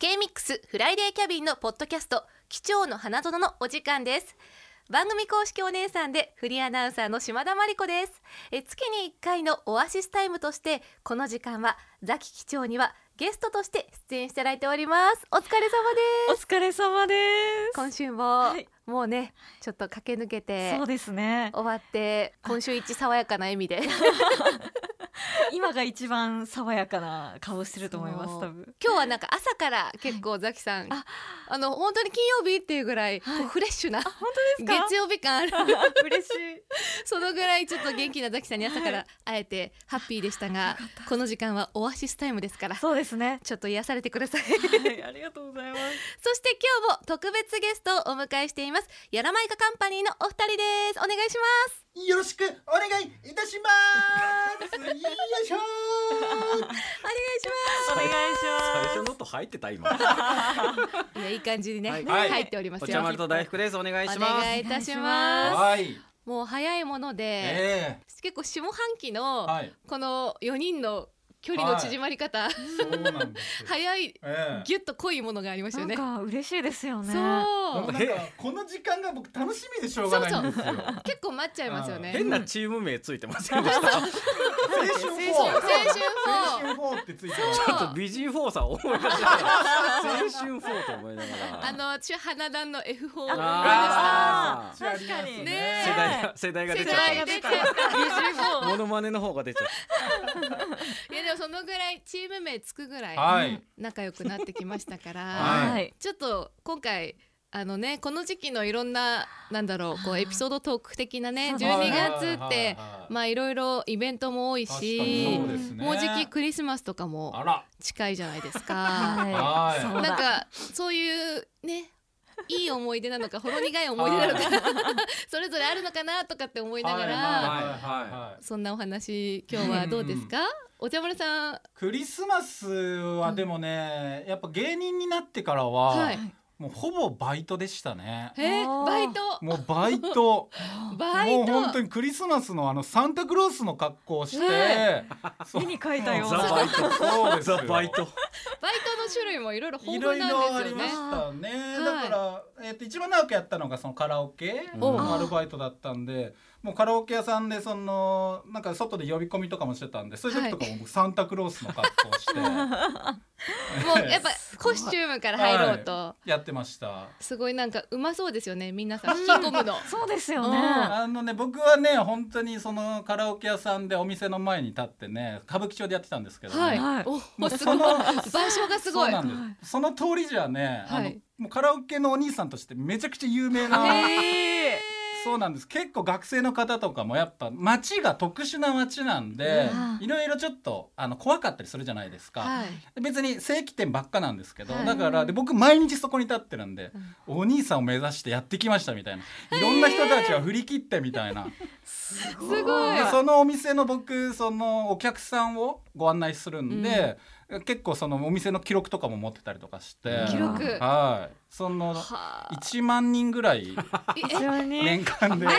K-MIX フライデーキャビンのポッドキャスト貴重の花園のお時間です番組公式お姉さんでフリーアナウンサーの島田真理子ですえ月に1回のオアシスタイムとしてこの時間はザキ貴重にはゲストとして出演していただいておりますお疲れ様おです疲れ様です。今週も、はいもうねちょっと駆け抜けてそうですね。終わって今週一爽やかな笑みで今が一番爽やかな顔してると思います。そう多分。今日はなんか朝から結構ザキさん、ああの本当に金曜日っていうぐらい、はいこうフレッシュな本当月曜日感ある嬉しい。そのぐらいちょっと元気なザキさんに朝かはら会えてハッピーでしたが、この時間はオアシスタイムですからそうですね。ちょっと癒されてく ださいそはい、ありがとうございます。して今日も特別ゲストをお迎えしていますやらまいかカンパニーのお二人ですお願いしますよろしくお願いいたします。よいしょお願いしお願いし最ます。初の音入ってた今。ますいやいい感じにね、はい入っておりますよお茶丸と大福です。お願いしまおす。願いいたしおま願すはい。もう早いもので、ええ結構下半期のはい。この4人の距離の縮まり方、そうなんですよ。早いええギュッと濃いものがありましたよね。なんか嬉しいですよね。そもううなんかこの時間が僕楽しみでしょうがないんですよ。青春結構待っちゃいますよね。変なチーム名ついてませんでした。4。ち青春フ青ォー春4ってついてそうまょっと美人フォーさん思い出した。青春フォーと思いながら。あの私は花壇の F4 を思い出したあす。ー確かにねね世代が世代世が出ちゃっ代がが出出ちちゃゃっったた。モノマネの方が出ちゃっいやでもそのぐらいチーム名つくぐらいはい。仲良くなってきましたから、はいはい。ちょっと今回あのねこの時期のいろんななんだろうこうエピソードトーク的なねそう12月ってはいまあいろいろイベントも多い確かにしそうですね。もうじきクリスマスとかもあら。近いじゃないですか。はいそうなんだ。かそういうねいい思い出なのかほろ苦い思い出 なのかそれぞれあるのかなとかって思いながら、はいはいはいはい。そんなお話今日はどうですか、お茶丸さんクリスマスはでもね、やっぱ芸人になってからは、はいもうほぼバイトでしたね。えーあーバイトもうバイト。バもイうト本当にクリスマスのあのサンタクロースの格好をして、ねそう絵に描いたようザな。バイトそうた。ですよザバイト。バイトの種類もいろいろ い豊ろ富いなろんあですりよまねしたね。いだから、えっと一番長くやったのがそのカラオケおのアルバイトだったんで、もうカラオケ屋さんでそのなんか外で呼び込みとかもしてたんで、そういう時とかも僕サンタクロースの格好して もうやっぱコスチュームから入ろうと、やってました。すごいなんかうまそうですよね皆さん引き込むのそうですようんね。あのね僕はね本当にそのカラオケ屋さんでお店の前に立ってね歌舞伎町でやってたんですけどね、はい、はいおもおうすそごいの場所がすごいそうなんですその通りじゃね、はあのいもうカラオケのお兄さんとしてめちゃくちゃ有名なええ。そうなんです結構学生の方とかもやっぱ街が特殊な街なんでうんいろいろちょっとあの怖かったりするじゃないですか、はい別に正規店ばっかなんですけど、はいだからで僕毎日そこに立ってるんで、お兄さんを目指してやってきましたみたいないろんな人たちは振り切ってみたいな。すすごいでそのお店の僕そのお客さんをご案内するんで、結構そのお店の記録とかも持ってたりとかして記録はいそのはあ1万人ぐらいえ非常に年年間で間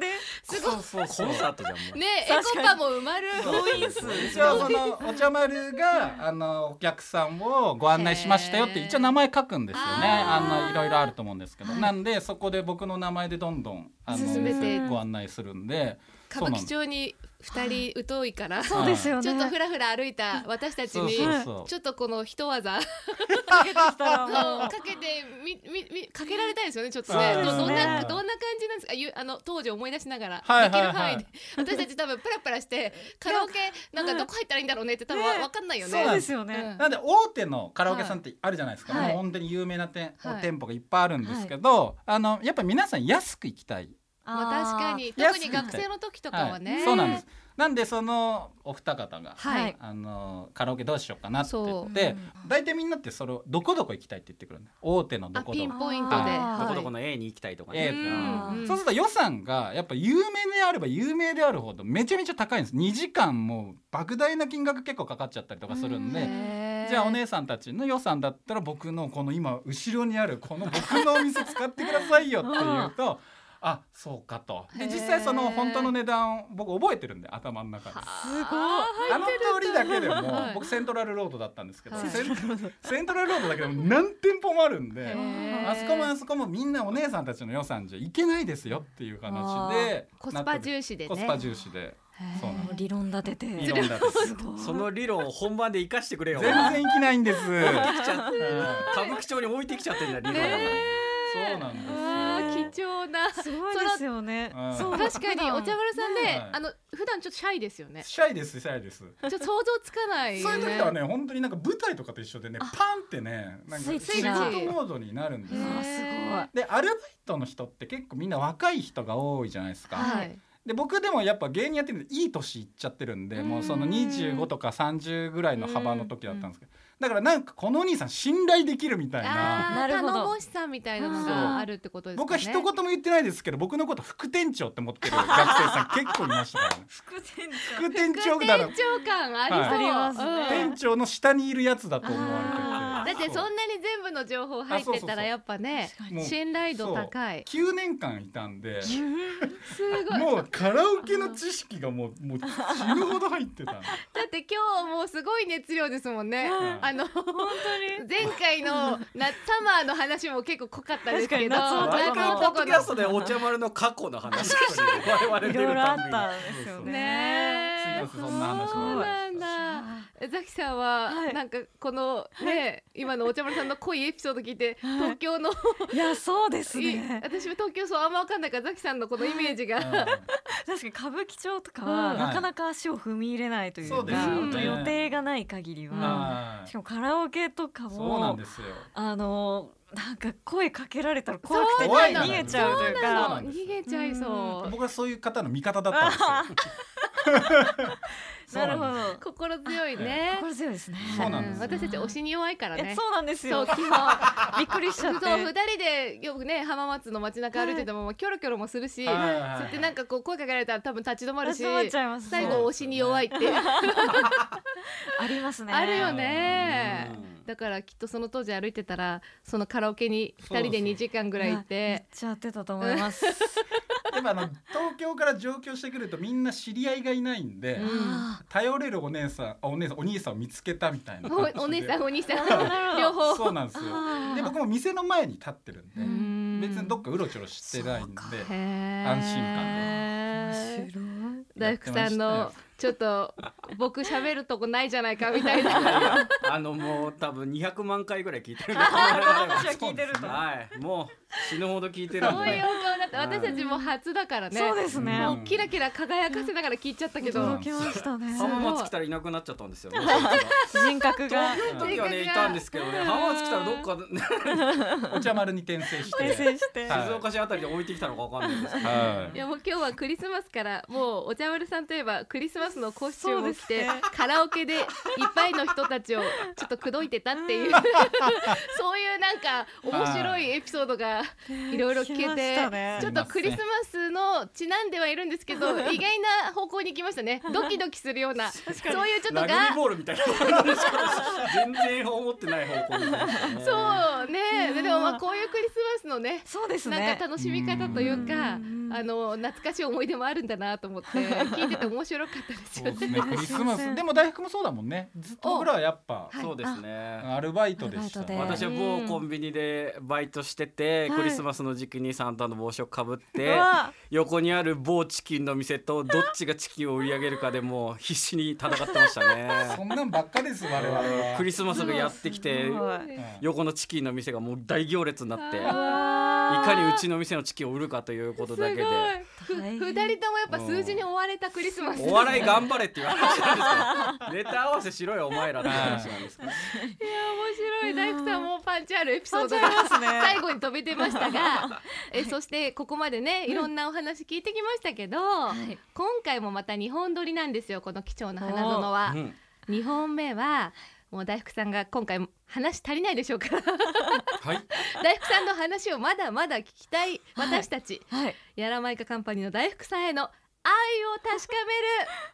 で。すごいそうそうコそうンサートじゃんもう。ねえエ確かコにパも埋まる動員数。一応そのお茶丸があのお客さんをご案内しましたよってへー一応名前書くんですよねあーあのいろいろあると思うんですけど、はいなんでそこで僕の名前でどんどんあの進めてご案内するんで歌舞伎町に二人疎いから、そうですよね。ちょっとふらふら歩いた私たちそうにそうそうちょっとこの一技をかけてきたらもかう。けてみみみかけられたいですよねちょっとはねいどどんなはいどんな感じなんですかゆあの当時思い出しながら、はいできるはいは範い囲で私たち多分プラプラしてカラオケなんかどこ入ったらいいんだろうねって多分ねわかんないよそね。うですようね。んなんで大手のカラオケさんってあるじゃないですか、はいもう本当に有名な店、はい店舗がいっぱいあるんですけど、あのやっぱり皆さん安く行きたい、まあ確か。にあー特に学生の時とかはね、い、そうなんですなんでそのお二方が、はいあのカラオケどうしようかなって言そって大体みんなってそれをどこどこ行きたいって言ってくるんだよ大手のどあこピどンこ。ポイントで、はいどはいこどこの A に行きたいとかええ。ねうんうんそうすると予算がやっぱ有名であれば有名であるほどめちゃめちゃ高いんです2時間もう莫大な金額結構かかっちゃったりとかするんで、うんへーじゃあお姉さんたちの予算だったら僕のこの今後ろにあるこの僕のお店使ってくださいよって言うとあそうかとへでー実際その本当の値段を僕覚えてるんで頭の中で。はあの通りだけでも、はい僕セントラルロードだったんですけど、はいセンセントラ ルロードだけでも何店舗もあるんいでへーあそこもあそこもみんなお姉さんたちの予算じゃいけないですよっていう話でコスパ重視でねコスパ重視でへーそうな理論立てて理論立ててすごいその理論を本番で生かしてくれよ全然いきないんです。来ちゃっうん歌舞伎町に置いてきちゃってんだ理論をねそうなんですよ。あー貴重なすごいですよねうんそう確かにお茶丸さんねねはいあの普段ちょっとシャイですよねシャイですシャイです。ちょっと想像つかないそうよいう時はね本当になんか舞台とかと一緒でねパンってねなんかスイッ仕チ事がモードになるんですよへーあすごいでアルバイトの人って結構みんな若い人が多いじゃないですか。はいで僕でもやっぱ芸人やってるんでいい年いっちゃってるんでうんもうその25とか30ぐらいの幅の時だったんですけどだからなんかこのお兄さん信頼できるみたいな。あーなるほど頼もしさみたいなのがあるってことですかね僕は一言も言ってないですけど僕のこと副店長って思ってる学生さん結構いましたからね副店副店副長だろ店長感ありそう、はいありますねうん店長の下にいるやつだと思わあだれってててそんなに全部の情報入ってたらやっぱね確かもう信頼度高い9年間いたんですごいもうカラオケの知識がもうもう死ぬほど入ってたんでだって今日もうすごい熱量ですもんねはいあの本当に前回のなサマーの話も結構濃かったですけど確かに夏毎回夏ポ男男ッドキャスのトでお茶丸の過去の話をしてる我々い出るろいろあたっびにたんですよねねえすいませんそんな話そうもなんだザキさんは、はいなんかこのね今のお茶丸さんの濃いエピソード聞いて、はい東京のいやそうですいね私は東京そうあんま分かんないからザキさんのこのイメージが、確かに歌舞伎町とかうはんなかなか足を踏み入れないというかそうですよね本当予定がない限りうんははしいかもカラオケとかそうなんもですよあのなんか声かけられたら怖くてそうなの逃げちゃうというそうなかの逃げちゃいそう、僕はそういう方の味方だったん ですなよるほそうど心強いね心強いですねそうなんです私たち推しに弱いからいやねそうなんですそうよ基本びっくりしちゃっ そうて二 人でよくね浜松の街中歩いてても、キョロキョロもするし、はいはいはいそうやってなんかこう声かけられたら多分立ち止まるし集まっちゃいます最後推しに弱いっていうありますねあるよねねうんだからきっとその当時歩いてたらそのカラオケに2人で2時間ぐらい行っめってちゃ合ってたと思いますでもあの東京から上京してくるとみんな知り合いがいないんで、うんあ頼れるお姉さんあお姉さんお兄さんを見つけたみたいな感じでおお姉さんお 兄さなるほんど両方そうなんですよあで僕も店の前に立ってるんで、うん別にどっかうろちょろしてないんでへー安面心感白い大福さんやのってちょっと僕喋るとこないじゃないかみた いいなやいやあのもう多分200万回ぐらい聞いてるんで話は聞いてるとはいもう死ぬほど聞いてるんそうでいうお顔だって私たちも初だからねそうですねもうキラキラ輝かせながら聞いちゃったけど、うん驚きましたねそう浜松来たらいなくなっちゃったんですよ。そ人格がの時はねいたんですけどね浜松来たらどっかお茶丸に転生して転生してはい静岡市あたりで置いてきたのかわかんないですけど。はいいやもう今日はクリスマスからもうお茶丸さんといえばクリスマスのコスチュームを着て、そうですねカラオケでいっぱいの人たちをちょっと口説いてたっていうそういうなんか面白いエピソードがいろいろ聞聞きけまてしたねちょっとクリスマスのちなんではいるんですけど意外な方向に行きましたねドキドキするようなそういうちょっとがラグビーボールみたいな話全然思ってない方向に行きましたね。そうねいやでもまあこういうクリスマスのねそうですねなんか楽しみ方というかうんあの懐かしい思い出もあるんだなと思って聞いてて面白かったですそうよでね。すねクリスマスでも大福もそうだもんねずっと僕らはやっぱはいそうですね。アルバイトでしたアルバイトで私は某コンビニでバイトしてて、はいクリスマスの時期にサンタの帽子をかぶってうわ横にある某チキンの店 とどっちがチキンを売り上げるかでもう必死に戦ってましそたねんなんばっかです我々はクリスマスがやってきてすごいうん横のチキンの店がもう大行列になっていあわかにうちの店のチキンを売るかということだけで。すごい大変ふ二人ともやっぱ数字に追われたクリスマスお笑い頑張れっていう話な んですけどネタ合わせしろよお前らって話なんですけどいや面白い大工さんもパンチあるエピソードがパンチありますね最後に飛び出ましたがえそしてここまでねいろんなお話聞いてきましたけどい今回もまた2本撮りなんですよこの貴重な花園はう。ん2本目はもう大福さんが今回話足りないでしょうからはい 大福さんの話をまだまだ聞きたい私たち、はいやらまいかカンパニーの大福さんへの愛を確か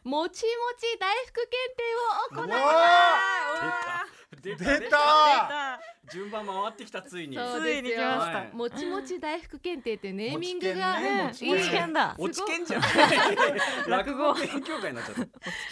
めるもちもち大福検定を行いますうわ出た出出たた出た順番回ってきたついにそうつでいにす来よましはたいもちもち大福検定ってネーミングが、ねいい落ち券だ落ちけんじゃん落落語語勉強会になっちゃっ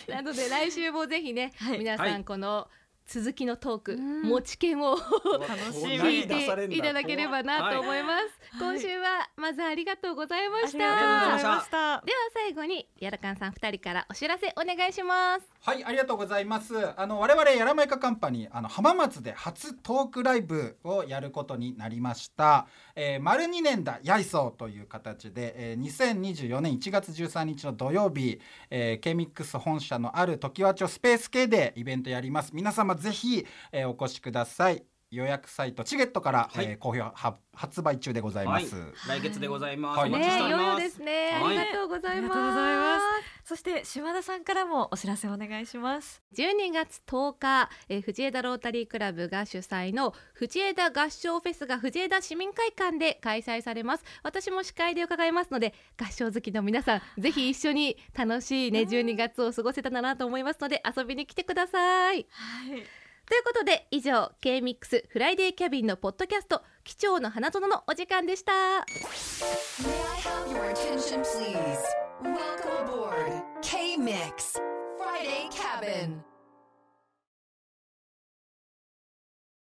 たなので来週もぜひね、はい皆さはんいこの続きのトーク、うん持ち券を楽しみ聞いていただければなと思います、はい今週はまずありがとうございました、ありがとうございましたしでたは最後にやらかんさん二人からお知らせお願いしますはい、ありがとうございます。あの我々やらまいかカンパニー、あの浜松で初トークライブをやることになりました。えー、丸2年だやいそうという形で、えー、2024年1月13日の土曜日、えー、ケミックス本社のある常盤町スペース系でイベントやります。皆様ぜひ、えー、お越しください。予約サイトチゲットから、はいえー好評は発売中でございます。来月でございます、はいお待ちしておねよりいよまですすね、はいありがとうございますありがとうございますそして島田さんからもお知らせお願いします12月10日、えー、藤枝ロータリークラブが主催の藤枝合唱フェスが藤枝市民会館で開催されます私も司会で伺いますので合唱好きの皆さんぜひ一緒に楽しいね12月を過ごせたらなと思いますので遊びに来てくださいはいということで以上 K-MIX フライデーキャビンのポッドキャスト「貴重の花園」のお時間でした May I have your attention, please? Welcome aboard K Mix Friday Cabin.